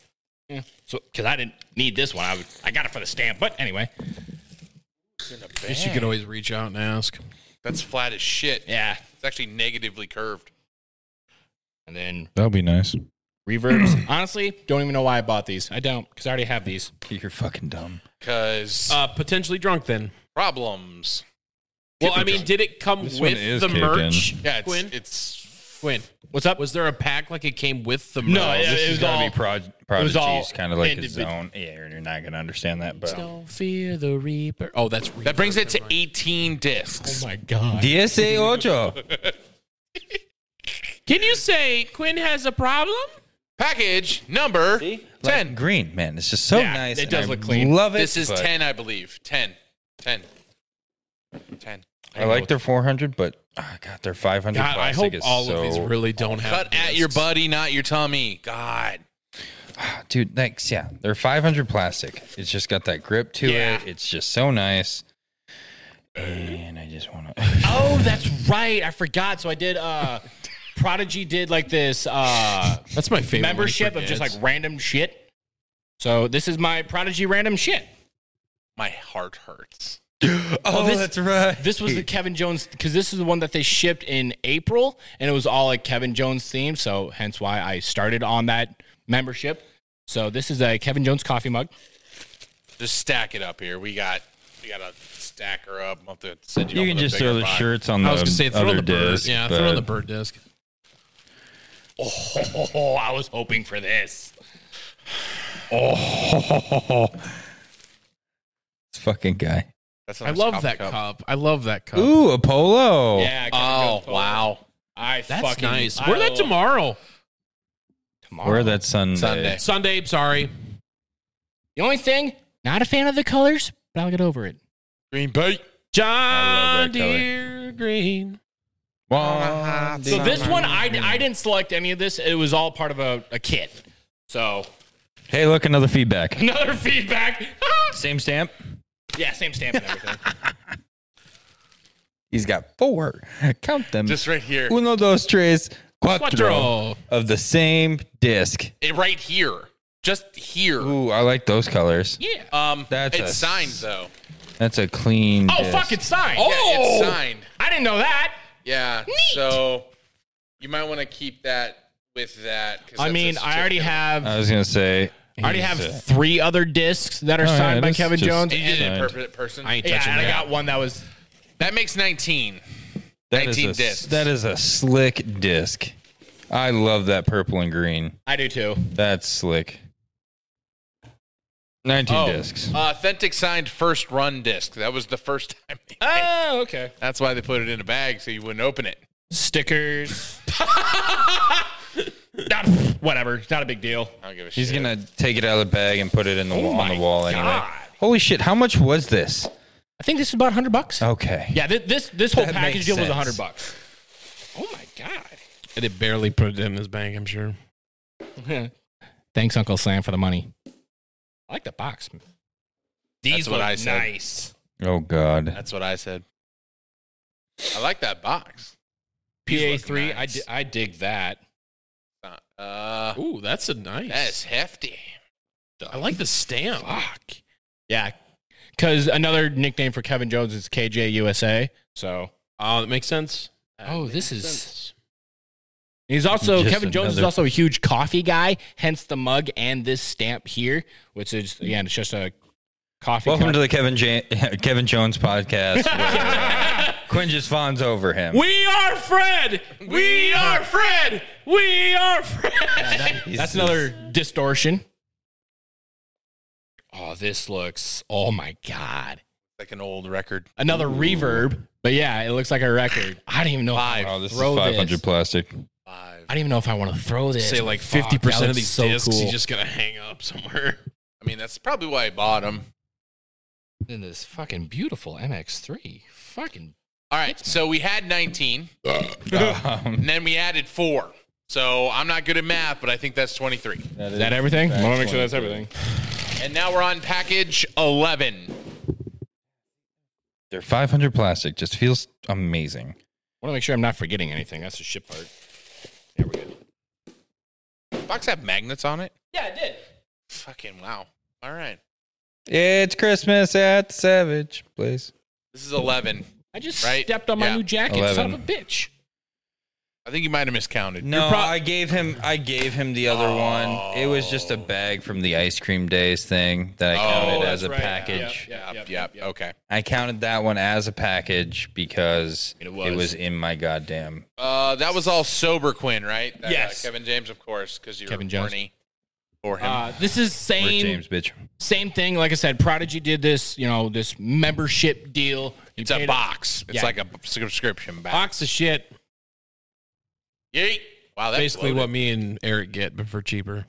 eh, so because I didn't need this one. I would, I got it for the stamp. But anyway, I guess you could always reach out and ask. that's flat as shit. yeah. It's actually negatively curved. And then That would be nice. reverbs. honestly don't even know why I bought these. I don't because I already have these. You're fucking dumb. Cause Uh, potentially drunk then. problems. well, I mean, did it come This one with is the caved merch? in. Yeah, it's Quinn, it's Quinn, what's up? Was there a pack like it came with the? No, merch? it- This it is was gonna all. be prod- prodigy's all kind of like his individ- own. Yeah, you're not gonna understand that, but Don't fear the reaper. Oh, that's that brings it to 18 discs. Oh my god. DSA Ocho. Can you say Quinn has a problem? Package number 10. green, man. It's just so Yeah, nice. it and does I look clean. Love it. this is but 10, I believe. 10. 10. 10. I like their 400, but oh god, their 500 God, I plastic hope is all so. of these really don't have. Cut at your discs. buddy, not your tummy. God. Ah, Dude, thanks. Yeah, they're 500 plastic. It's just got that grip to it. It's just so nice. And I just want to. Oh, that's right. I forgot. So I did. uh Prodigy did like this uh That's my favorite one he membership of just like forgets. random shit. So this is my Prodigy random shit. My heart hurts. Oh, this- that's right. This was the Kevin Jones because this is the one that they shipped in April, and it was all like Kevin Jones themed. So hence why I started on that membership. So this is a Kevin Jones coffee mug. Just stack it up here. We got we got a stacker up. I'll have to send you. You up can with a just throw bigger the box. shirts on the I was gonna say throw Um, other the bird. disc. yeah, throw but the bird disc. Oh, I was hoping for this. This fucking guy. That's a I nice love coffee that cup. I love that cup. Ooh, a polo. Yeah. Kevin Oh, Jones polo. wow. I that's fucking nice. I Wear that love- tomorrow. tomorrow. Where that Sunday. Sunday. Sunday. Sorry. The only thing, not a fan of the colors, but I'll get over it. Green bait. John love that color. Deere Green. Wow. So this one, I, I didn't select any of this. It was all part of a, a kit. So Hey, look, another feedback. another feedback. Same stamp. yeah, same stamp and everything. He's got four. Count them. Just right here. uno, dos, tres, cuatro, Quattro. of the same disc. It- right here. Just here. Ooh, I like those colors. Um, That's it's a- signed though. That's a clean. Oh disc. fuck, it's signed. Yeah, Oh! it's signed. I didn't know that. Yeah. So you might want to keep that with that. 'cause I that's mean, a I already certificate. have I I was gonna say. already he's, have uh, three other discs that are Oh, yeah, signed by that's Kevin just- Jones. You did it, signed. per- person. I ain't Yeah, touching and I that. got one that was that makes nineteen. that is 19 a, discs. That is a slick disc. I love that purple and green. I do too. That's slick. Nineteen Oh, discs. Uh, Authentic signed first run disc. That was the first time. Oh, okay. That's why they put it in a bag so you wouldn't open it. Stickers. not, whatever. It's not a big deal. I don't give a He's shit. gonna take it out of the bag and put it in the wall, on Oh my the wall anyway. God. Holy shit! How much was this? I think this is about hundred bucks. Okay. Yeah, thi- this this whole That package makes deal was sense. hundred bucks. Oh my god. And it barely put it in his bank. I'm sure. Thanks, Uncle Sam, for the money. I like the box. That's what look I said. Nice. Oh god. That's what I said. I like that box. PA These three. look I nice. di- I dig that. Uh, Ooh, that's a nice. that is hefty. I like the stamp. Fuck. Yeah. Because another nickname for Kevin Jones is KJ USA. So Oh, that makes sense. Oh, this is- he's also Just Kevin Jones is another- also a huge coffee guy, hence the mug and this stamp here, which is again, it's just a coffee. Welcome cup. to the Kevin Jan- Kevin Jones podcast. where Quinn just fawns over him. We are Fred. We are Fred. We are Fred. That's another distortion. Oh, this looks. Oh my god, Like an old record. another reverb. But yeah, it looks like a record. I don't even know. If I, Oh, this is Throw this. 500 plastic. Five. I don't even know if I want to throw this. Say like Fuck, fifty that percent of looks these so discs, cool. he's just gonna hang up somewhere. I mean, that's probably why I bought them. in this fucking beautiful MX3. Fucking All right, so we had 19, Um, and then we added four. So I'm not good at math, but I think that's 23. Is that everything? I want to make sure that's everything. And now we're on package 11. They're 500 plastic. Just feels amazing. I want to make sure I'm not forgetting anything. That's the shit part. There we go. Box have magnets on it. Yeah, it did. Fucking wow. All right. It's Christmas at Savage Place. This is 11. I just Right? stepped on my Yeah. new jacket, son of a Eleven. bitch. I think you might have miscounted. No, I gave him. I gave him the other one. It was just a bag from the ice cream days thing that I Oh, counted that's as a right. package. Yep, yep, Okay. I counted that one as a package because it was, was. in my goddamn. Uh, that was all sober Quinn, right? That, uh, Yes. Kevin James, of course, because you're Kevin Kevin Jones. horny for him. Uh, this is Rick same James, bitch. same thing. Like I said, Prodigy did this. You know, this membership deal. You it's a paid box. It's yeah. like a subscription box. box of shit. Yeet. Wow, that's Basically, what me and Eric get, but for cheaper.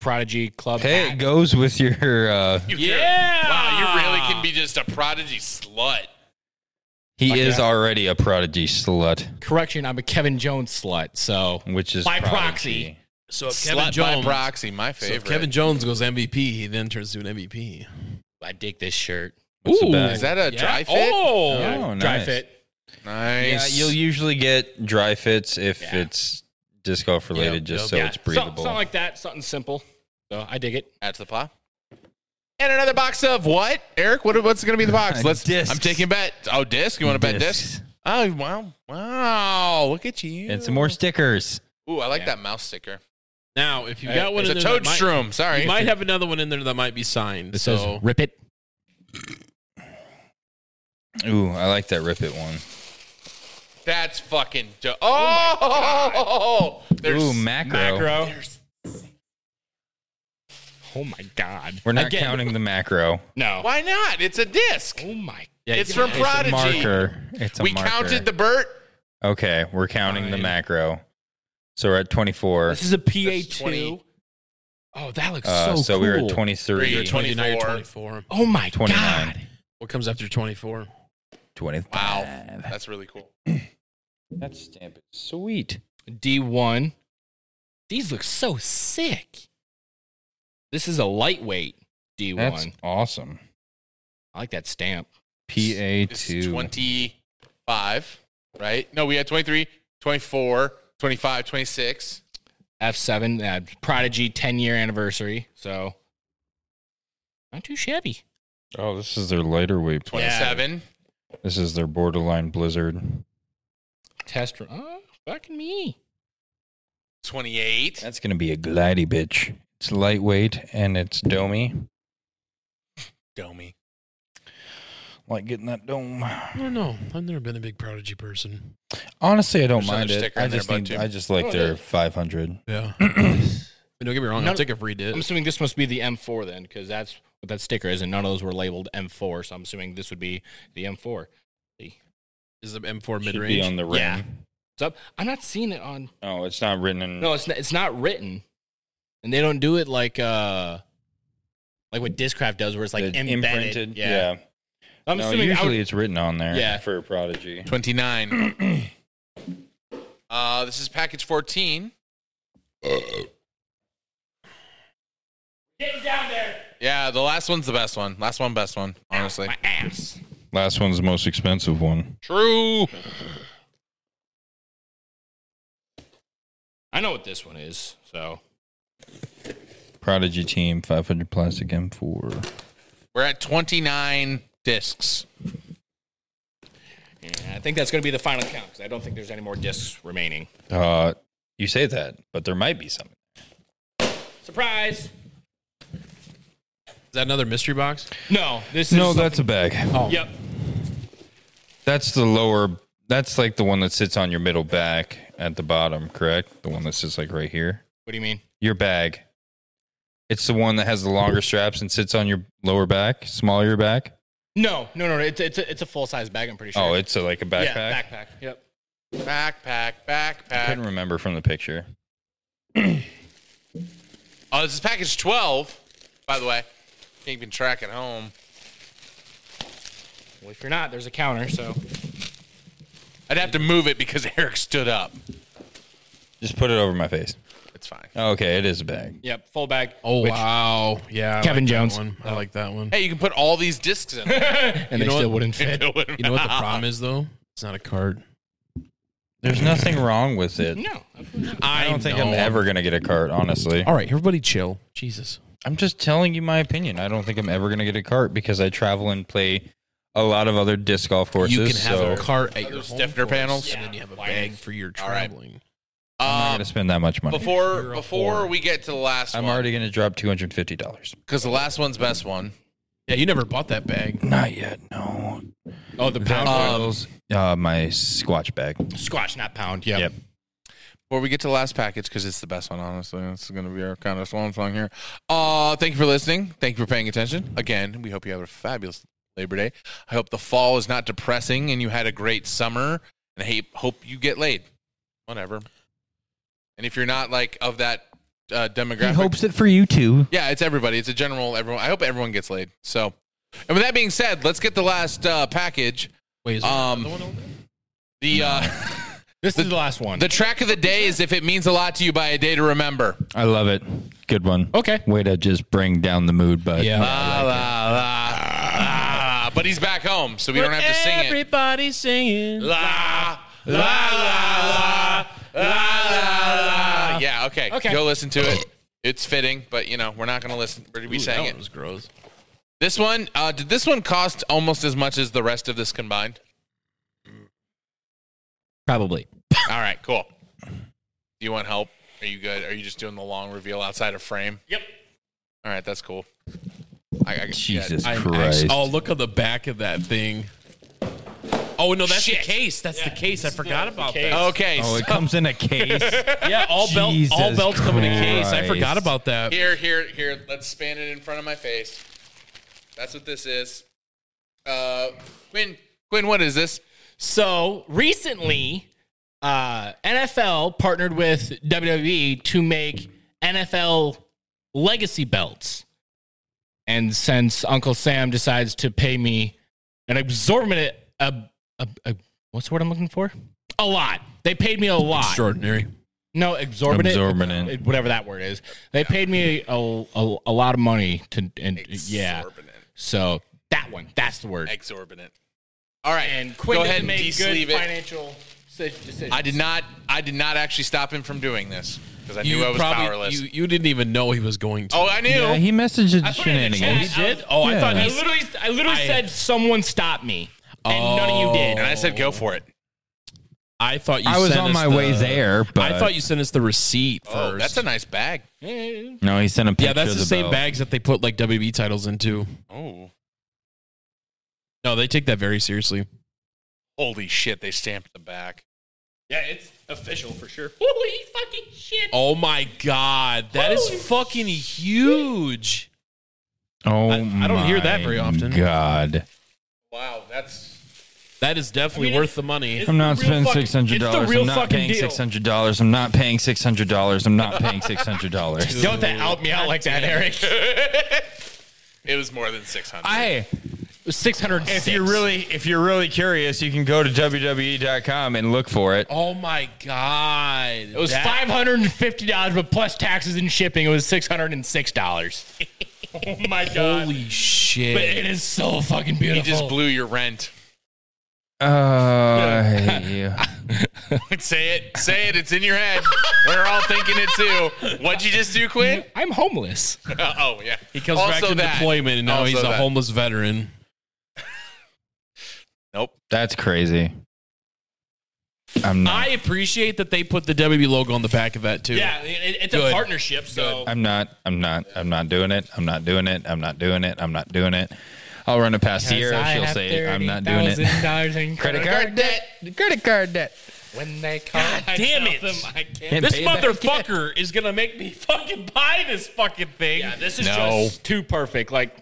Prodigy club. Hey, it hat. goes with your. Uh, yeah. Wow, you really can be just a prodigy slut. he Fuck is yeah. already a prodigy slut, correction. I'm a Kevin Jones slut. So which is By prodigy. proxy. So if slut by proxy, my so if favorite. Kevin Jones goes MVP, he then turns to an MVP. I dig this shirt. What's the Ooh, bag? is that a dry fit? Oh, Oh, dry nice. fit. Yeah, Nice. you'll usually get dry fits if it's disc golf related, Yep, just yep. so Yeah, it's breathable. Something like that. Something simple. So I dig it. Add to the pile. And another box of what, Eric? What, what's going to be the box? Let's. Discs. I'm taking a bet. Oh, disc. You want to bet disc? Discs. Oh, wow, wow! Look at you. and some more stickers. Ooh, I like that mouse sticker. Now, if you got one, It's a in there that might- toadstrum. Sorry. You might have another one in there that might be signed. It so says rip it. Ooh, I like that rip it one. That's fucking. Do- oh, there's Ooh, macro. Macro. Oh my god. We're not Again, counting the macro. No. Why not? It's a disc. Oh my. it's from Prodigy. Marker. It's a we marker. counted the Burt. Okay, we're counting the Fine. macro. So we're at 24. This is a PA 20. two. Oh, that looks Uh, so, so we were cool. at 23. You're 20. 29 or 24. 24. Oh my 29. god. What comes after 24? 25. Wow, that's really cool. That stamp is sweet. D one. These look so sick. This is a lightweight D That's one. awesome. I like that stamp. This is PA2. 25, right? No, we had 23, 24, 25, 26. F seven. Uh, Prodigy ten year anniversary. So not too shabby. Oh, this is their lighter weight. 27. This is their borderline blizzard. Test. run- Oh, fucking me. 28. That's gonna be a glidey bitch. It's lightweight and it's domey. Domi. Like getting that dome. I don't know. I've never been a big prodigy person. Honestly, I don't There's another mind it. sticker I in there, just bud, need, too. I just like their 500. Yeah. but don't get me wrong. I'll None- take a free dip. I'm assuming this must be the M4 then, because that's what that sticker is, and none of those were labeled M4. So I'm assuming this would be the M4. Is the M4 Should mid be range? on the rim. Yeah. It's up. I'm not seeing it on. Oh, it's not written in. No, it's not, it's not written, and they don't do it like uh like what Discraft does, where it's like the embedded. imprinted. Yeah. I'm no, assuming. I usually would- it's written on there. Yeah. For Prodigy. 29. uh, this is package 14. Get down there. Yeah, the last one's the best one. Last one, best one, honestly. My ass. Last one's the most expensive one. True. I know what this one is. So Prodigy Team 500 Plastic M4. We're at 29 discs. yeah, I think that's going to be the final count because I don't think there's any more discs remaining. Uh, you say that, but there might be something. Surprise! Is that another mystery box? No, this No, is. that's a bag. Oh. Yep. That's the lower. That's like the one that sits on your middle back at the bottom, correct? The one that sits like right here. What do you mean? Your bag. It's the one that has the longer straps and sits on your lower back, smaller your back. No, no, no, no. It's it's a, it's a full size bag. I'm pretty sure. Oh, it's a, like a backpack. Yeah, backpack. Yep. Backpack, I backpack. couldn't remember from the picture. Oh, this is package 12, by the way. Can't even track at home. Well, if you're not, there's a counter. So I'd have to move it because Eric stood up. Just put it over my face. It's fine. Okay, it is a bag. Yep, full bag. Oh wow, yeah, I Kevin like that Jones. one. I like that one. Hey, you can put all these discs in. and they know still what? wouldn't fit. You know what the problem is though? It's not a cart. There's nothing wrong with it. No. I don't think I'm know. ever gonna get a cart, honestly. All right, everybody, chill. Jesus. I'm just telling you my opinion. I don't think I'm ever gonna get a cart because I travel and play a lot of other disc golf courses. You can have so a cart at your There's home deafener course, panels, and and then you have a bag for your right. traveling. I'm Um, not gonna spend that much money. Before before we get to the last I'm one, already gonna drop two hundred fifty dollars. because the last one's best one. Yeah, you never bought that bag. Not yet. No. Oh, the pound. Those, uh, my squatch bag. squash, not pound. Yep. Before we get to the last package, because it's the best one, honestly. It's going to be our kind of swan song here. Uh, thank you for listening. Thank you for paying attention. Again, we hope you have a fabulous Labor Day. I hope the fall is not depressing and you had a great summer. And I hate- hope you get laid. Whatever. And if you're not like of that uh, demographic, it for you too. Yeah, it's everybody. It's a general everyone. I hope everyone gets laid. So, and with that being said, let's get the last uh, package. Wait, is there Uh, Um, another one over there? the uh, This is the last one. the track of the day is if it means a lot to you by a day to remember. I love it. Good one. Okay. Way to just bring down the mood, but Yeah. Uh, La, la, la, la. But he's back home, so we don't have to sing it. Everybody singing. La la la la la la. la. Yeah. Okay. Okay. Go listen to it. It's fitting, but you know we're not gonna listen. We That sang one it. was gross. This one uh, did this one cost almost as much as the rest of this combined? Probably. All right, cool. Do you want help? Are you good? Are you just doing the long reveal outside of frame? Yep. All right, that's cool. I, I, Jesus I'm Christ. actually- oh, look at the back of that thing. Oh no, that's the case. That's the case. I forgot about case. that. Yeah. Okay, Oh, so it comes in a case. Yeah, all belt, all Jesus belts come in a case. I Christ. forgot about that. here, here, here. Let's span it in front of my face. That's what this is. Uh, Quinn, Quinn, what is this? So recently, uh, NFL partnered with WWE to make NFL legacy belts. And since Uncle Sam decides to pay me An absorbent, a, a, a, what's the word I'm looking for? A lot. They paid me a lot. Extraordinary. No, exorbitant. Uh, Absorbent. Whatever that word is. they paid me a, a, a lot of money to and yeah. Exorbitant. So that one, that's the word. Exorbitant. All right, And Quinn go ahead and make de-sleeve good it. financial decisions. I did not. I did not actually stop him from doing this because I knew I was powerless. You, you didn't even know he was going to. oh, I knew. Yeah, he messaged the put it in the shenanigans. chat. Did? Oh, I Yeah. thought I he literally, I literally said, "Someone stop me," and none of you did. Oh. and I said, "Go for it." I thought you. I was sent on us my the- way there, but I thought you sent us the receipt first. Oh, that's a nice bag. No, he sent a picture. yeah, that's of the same belt. bags that they put like WWE titles into. Oh. No, they take that very seriously. Holy shit, they stamped the back. Yeah, it's official for sure. Holy fucking shit! Oh my god, that is Holy fucking huge. Oh, I- I don't hear that my very often. God, Wow, that's That is definitely I mean, worth the money. I'm not the real spending fucking- six hundred it's dollars. the real I'm not fucking paying deal. six hundred dollars. I'm not paying six hundred dollars. I'm not paying six hundred dollars. Don't that out me out like that, Eric? it was more than six hundred. I. Six hundred. If you're really, if you're really curious, you can go to WWE.com and look for it. Oh my god, it it was five hundred and fifty dollars, but plus taxes and shipping, it was six hundred and six dollars. oh my god! Holy but shit! it is so fucking you beautiful. just blew your rent. Uh, I hate you. say it, say it. It's in your head. We're all thinking it too. What'd you just do, Quinn? I'm homeless. oh yeah, He comes back Also to that. deployment, and now Also he's a that. homeless veteran. Nope. That's crazy. I'm not. I appreciate that they put the WWE logo on the back of that too. Yeah, it, it's Good. a partnership. So I'm not. I'm not. I'm not doing it. I'm not doing it. I'm not doing it. I'm not doing it. I'll run it past Sierra. She'll say it. I'm not doing it. Dollars in Credit card debt. Credit card debt. When they call, I damn tell it. them I can't. And This pay back motherfucker is gonna make me fucking buy this fucking thing. Yeah, this is No. just too perfect. Like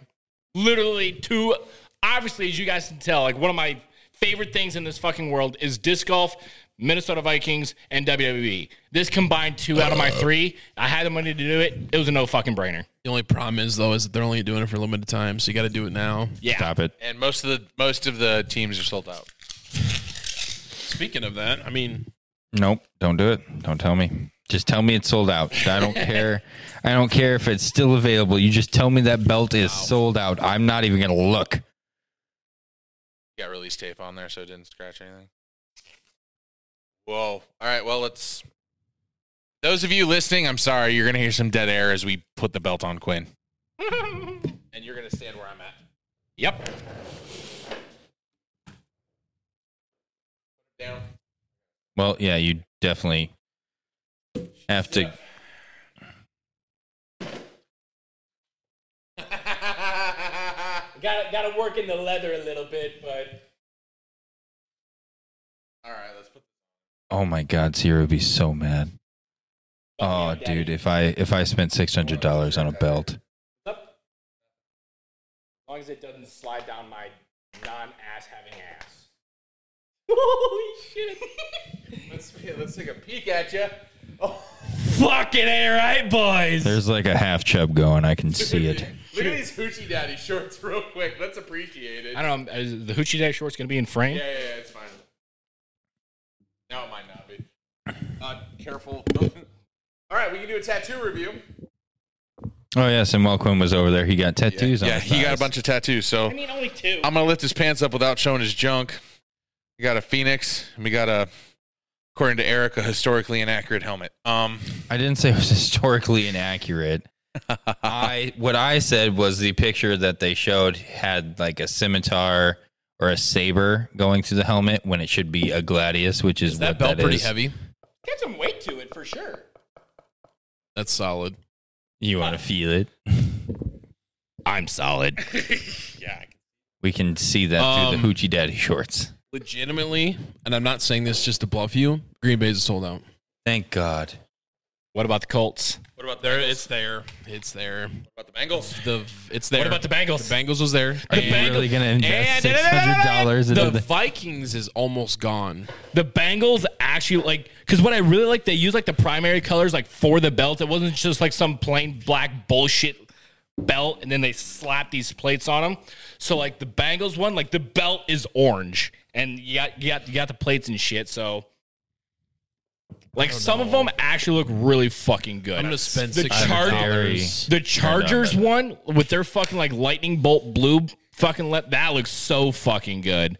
literally too obviously as you guys can tell, like one of my favorite things in this fucking world is disc golf, Minnesota Vikings, and WWE. This combined two out of my three. I had the money to do it. It was a no fucking brainer. The only problem is though is that they're only doing it for a limited time, so you got to do it now. Yeah. Stop it. And most of the most of the teams are sold out. Speaking of that, I mean, Nope, don't do it. Don't tell me. Just tell me it's sold out. I don't care. I don't care if it's still available. You just tell me that belt is sold out. I'm not even gonna look. Got release tape on there, so it didn't scratch anything. Whoa. All right. Well, let's. Those of you listening, I'm sorry. You're going to hear some dead air as we put the belt on Quinn. and you're going to stand where I'm at. Yep. Down. Well, yeah, you definitely have to. Got got to work in the leather a little bit, but All right. Let's put. Oh my God, Zero would be so mad. Oh, Daddy. dude, if I if I spent six hundred dollars on a belt, Up. As long as it doesn't slide down my non-ass having ass. Holy shit! Let's, let's take a peek at Oh. you. Fucking a right, boys. there's like a half chub going. I can see it. Look at these hoochie daddy shorts, real quick. Let's appreciate it. I don't know. Is the Hoochie Daddy shorts going to be in frame? Yeah, yeah, yeah, it's fine. No, it might not be. Uh, careful. All right, we can do a tattoo review. Oh yes, and while Quinn was over there, he got tattoos on. Yeah, his he got a thighs. bunch of tattoos. So I mean, only two. I'm gonna lift his pants up without showing his junk. We got a phoenix. And we got a, according to Eric, a historically inaccurate helmet. Um, I didn't say it was historically inaccurate. I what I said was the picture that they showed had like a scimitar or a saber going through the helmet when it should be a gladius, which is, That what belt that pretty is. heavy. Got some weight to it for sure. That's solid. You want to feel it? I'm solid. We can see that through Um, the hoochie daddy shorts. Legitimately, and I'm not saying this just to bluff you. Green Bay's sold out. Thank God. What about the Colts? What about there? It's there. It's there. about the Bengals. The it's there. What about the Bengals? The Bengals was there. Are you And really gonna invest And- six hundred dollars into the the? Vikings is almost gone. The Bengals actually like because what I really like they use like the primary colors like for the belt. It wasn't just like some plain black bullshit belt, and then they slap these plates on them. So like the Bengals one, like the belt is orange, and you got you got you got the plates and shit. So like some of them actually look really fucking good. I'm gonna spend the six Char- hundred Very- dollars. the Chargers one with their fucking like lightning bolt blue fucking let that looks so fucking good.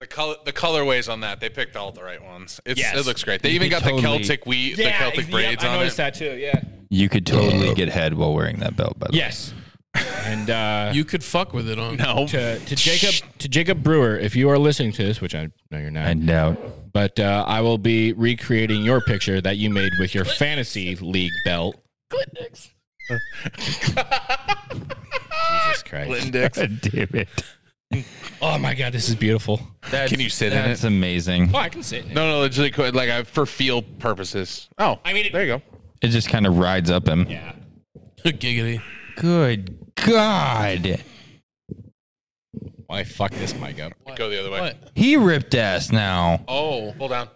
The color, the colorways on that, they picked all the right ones. It's, Yes. It looks great. They You even got could totally- the Celtic we, the Celtic ex- braids yep, I on it. noticed that too. Yeah. You could totally get head while wearing that belt. By the way. Yes. And uh, You could fuck with it on. No. To, to Jacob to Jacob Brewer, if you are listening to this, which I know you're not, I doubt. but uh, I will be recreating your picture that you made with your fantasy league belt. Jesus Christ! God damn it! oh my god, this is beautiful. That's, Can you sit in that's amazing. Oh, I can sit. In it. No, no, legit, quit, like I, for feel purposes. Oh, I mean, it- there you go. It just kind of rides up him. Yeah. Giggity. Good God. Why fuck this mic up? Go the other way. What? He ripped ass now. Oh, hold on.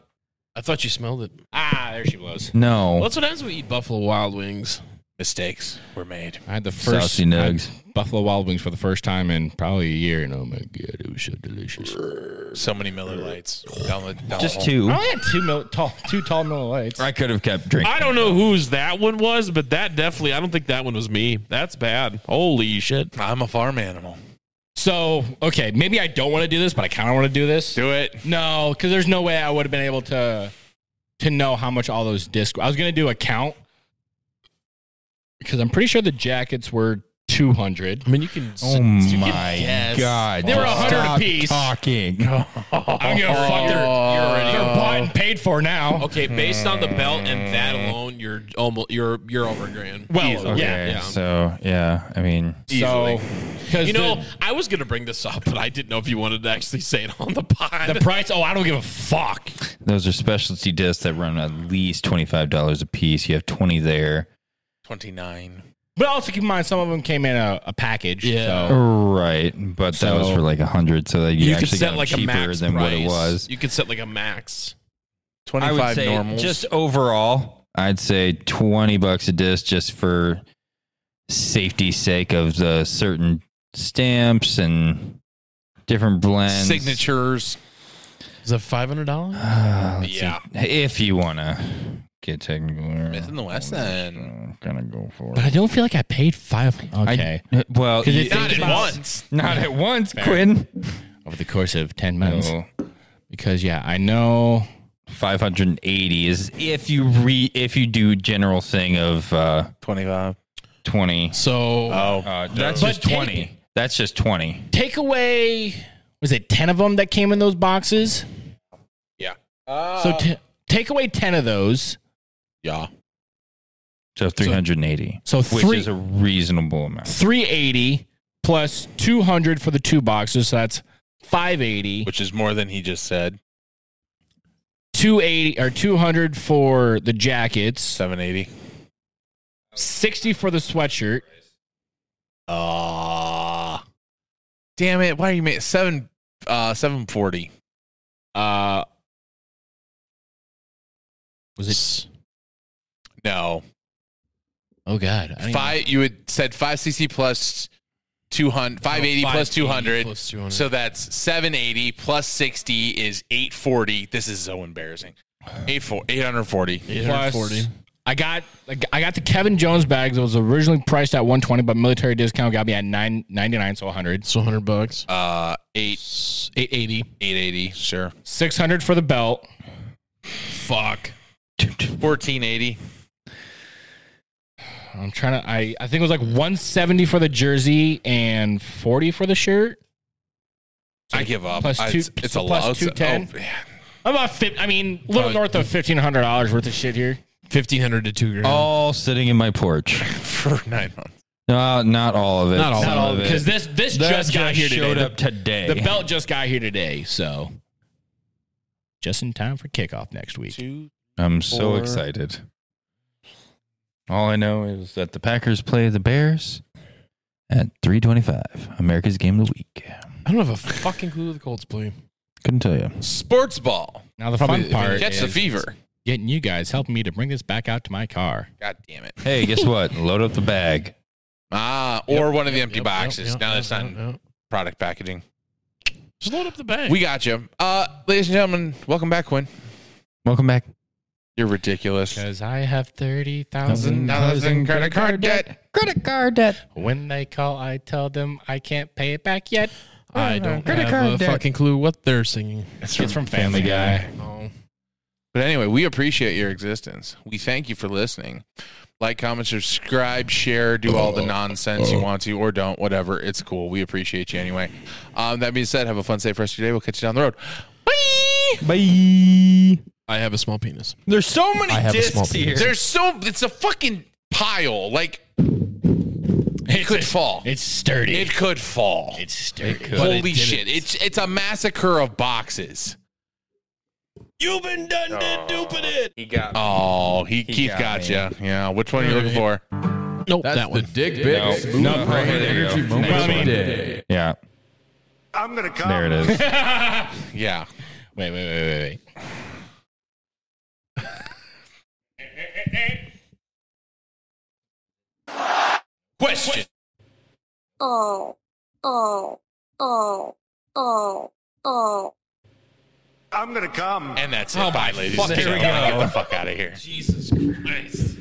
I thought you smelled it. Ah, there she blows. No. That's what happens when you eat Buffalo Wild Wings. Mistakes were made. I had the first Saucy nugs. Buffalo Wild Wings for the first time in probably a year, and oh my god, it was so delicious. So many Miller Lights. Down the, down Just the two. I only had two mil- tall, two tall Miller Lights. I could have kept drinking. I don't know whose that one was, but that definitely. I don't think that one was me. That's bad. Holy shit. Hole. I'm a farm animal. So okay, maybe I don't want to do this, but I kind of want to do this. Do it. No, because there's no way I would have been able to to know how much all those discs. I was gonna do a count because I'm pretty sure the jackets were 200. I mean, you can. Oh my guess. God. They were Just 100 stop apiece. Talking. I don't give a fuck. They're, they're bought and paid for now. Okay, based on the belt and that alone, you're almost you're you're over a grand. Well, Okay. yeah. yeah. So, yeah. I mean, So, because you know, I was gonna bring this up, but I didn't know if you wanted to actually say it on the pod. the, the price. Oh, I don't give a fuck. those are specialty discs that run at least $25 a piece. You have 20 there. 29. But also keep in mind, some of them came in a, a package. Yeah. So Right. But that was So- for like 100 So that you, Oh. you actually could set got like a cheaper max than price. what it was. You could set like a max. I 25 would say normals. just overall, I'd say twenty bucks a disc just for safety's sake of the certain stamps and different blends. signatures. Is that five hundred dollars? yeah. Uh, If you want to get technical, Myth in the West then. Gonna go for But I it. don't feel like I paid five. I- Okay. well, 'Cause you- it's- Not at About- once. not at once, Quinn. Over the course of 10 minutes. No. Because, yeah, I know. 580 is if you re if you do general thing of uh 25. 20 So uh, that's But just take- 20 that's just 20 Take away, was it 10 of them that came in those boxes? Yeah. Uh, so t- take away 10 of those. yeah. so 380 So which three- is a reasonable amount 380 plus 200 for the two boxes. So that's 580. Which is more than he just said. 280 or 200 for the jackets. 780. 60 for the sweatshirt. Ah. damn it. Why are you making seven uh 740? Uh, was it? No. Oh God! I five. Five you had said 560 plus 200 580 plus 200. So that's 780 plus 60 is 840. This is so embarrassing. 84 840. Plus, I got like, I got the Kevin Jones bags. It was originally priced at one twenty, but military discount got me at nine ninety nine, so one hundred. so hundred bucks. Uh 8 Eight eighty. 880, sure. Six hundred for the belt. Fuck. 1480. I'm trying to. I I think it was like one seventy for the jersey and forty for the shirt. I give up. plus I- two- it's, it's a plus lot. It's- 210. oh, yeah. I'm about fif- I mean, a little Uh, north of fifteen hundred dollars worth of shit here. Fifteen hundred to two grand. all sitting in my porch for nine months. no not all of it Not all Some of of it Because this this That just got here today. showed The- up today The belt just got here today, so just in time for kickoff next week. Two. i'm so Four. excited all i know is that the packers play the bears at 325 america's game of the week I don't have a fucking clue who the Colts play. couldn't tell you Sports ball. Now the Probably- fun part Catch the is fever. getting you guys helping me to bring this back out to my car. God damn it. hey guess what load up the bag Ah, or one of the empty boxes. now that's not in product packaging. Just load up the bank. We got you. Uh, ladies and gentlemen, welcome back, Quinn. welcome back You're ridiculous. Because I have thirty Thousand thousand dollars in credit card debt. credit card debt When they call, I tell them I can't pay it back yet. I don't Credit have card a debt. fucking clue what they're singing. It's It's from Family Guy. Oh. But anyway, we appreciate your existence. We thank you for listening. Like, comment, subscribe, share, do all the nonsense you want to or don't, whatever. It's cool. We appreciate you anyway. Um, that being said, have a fun, safe rest of your day. We'll catch you down the road. Bye. Bye. I have a small penis. There's so many I have a discs small here. penis. There's so it's a fucking pile. Like it could fall. It's sturdy. It could fall. it's sturdy. But it Holy didn't. shit! It's it's a massacre of boxes. You've been done to duping it. He got Oh, he, Keith got got me. you. Yeah, which one are you looking for? Nope, that one. Dick Big Smooth No. Brain Okay, there you Energy go. Boost Well, I mean- Day. Yeah. I'm gonna come. There it is. Yeah, Wait, wait, wait, wait, wait. question. oh, oh, oh, oh, oh. I'm gonna come. And that's it. Bye, ladies. fuck, and here we gentlemen. go. Get the fuck out of here. Jesus Christ.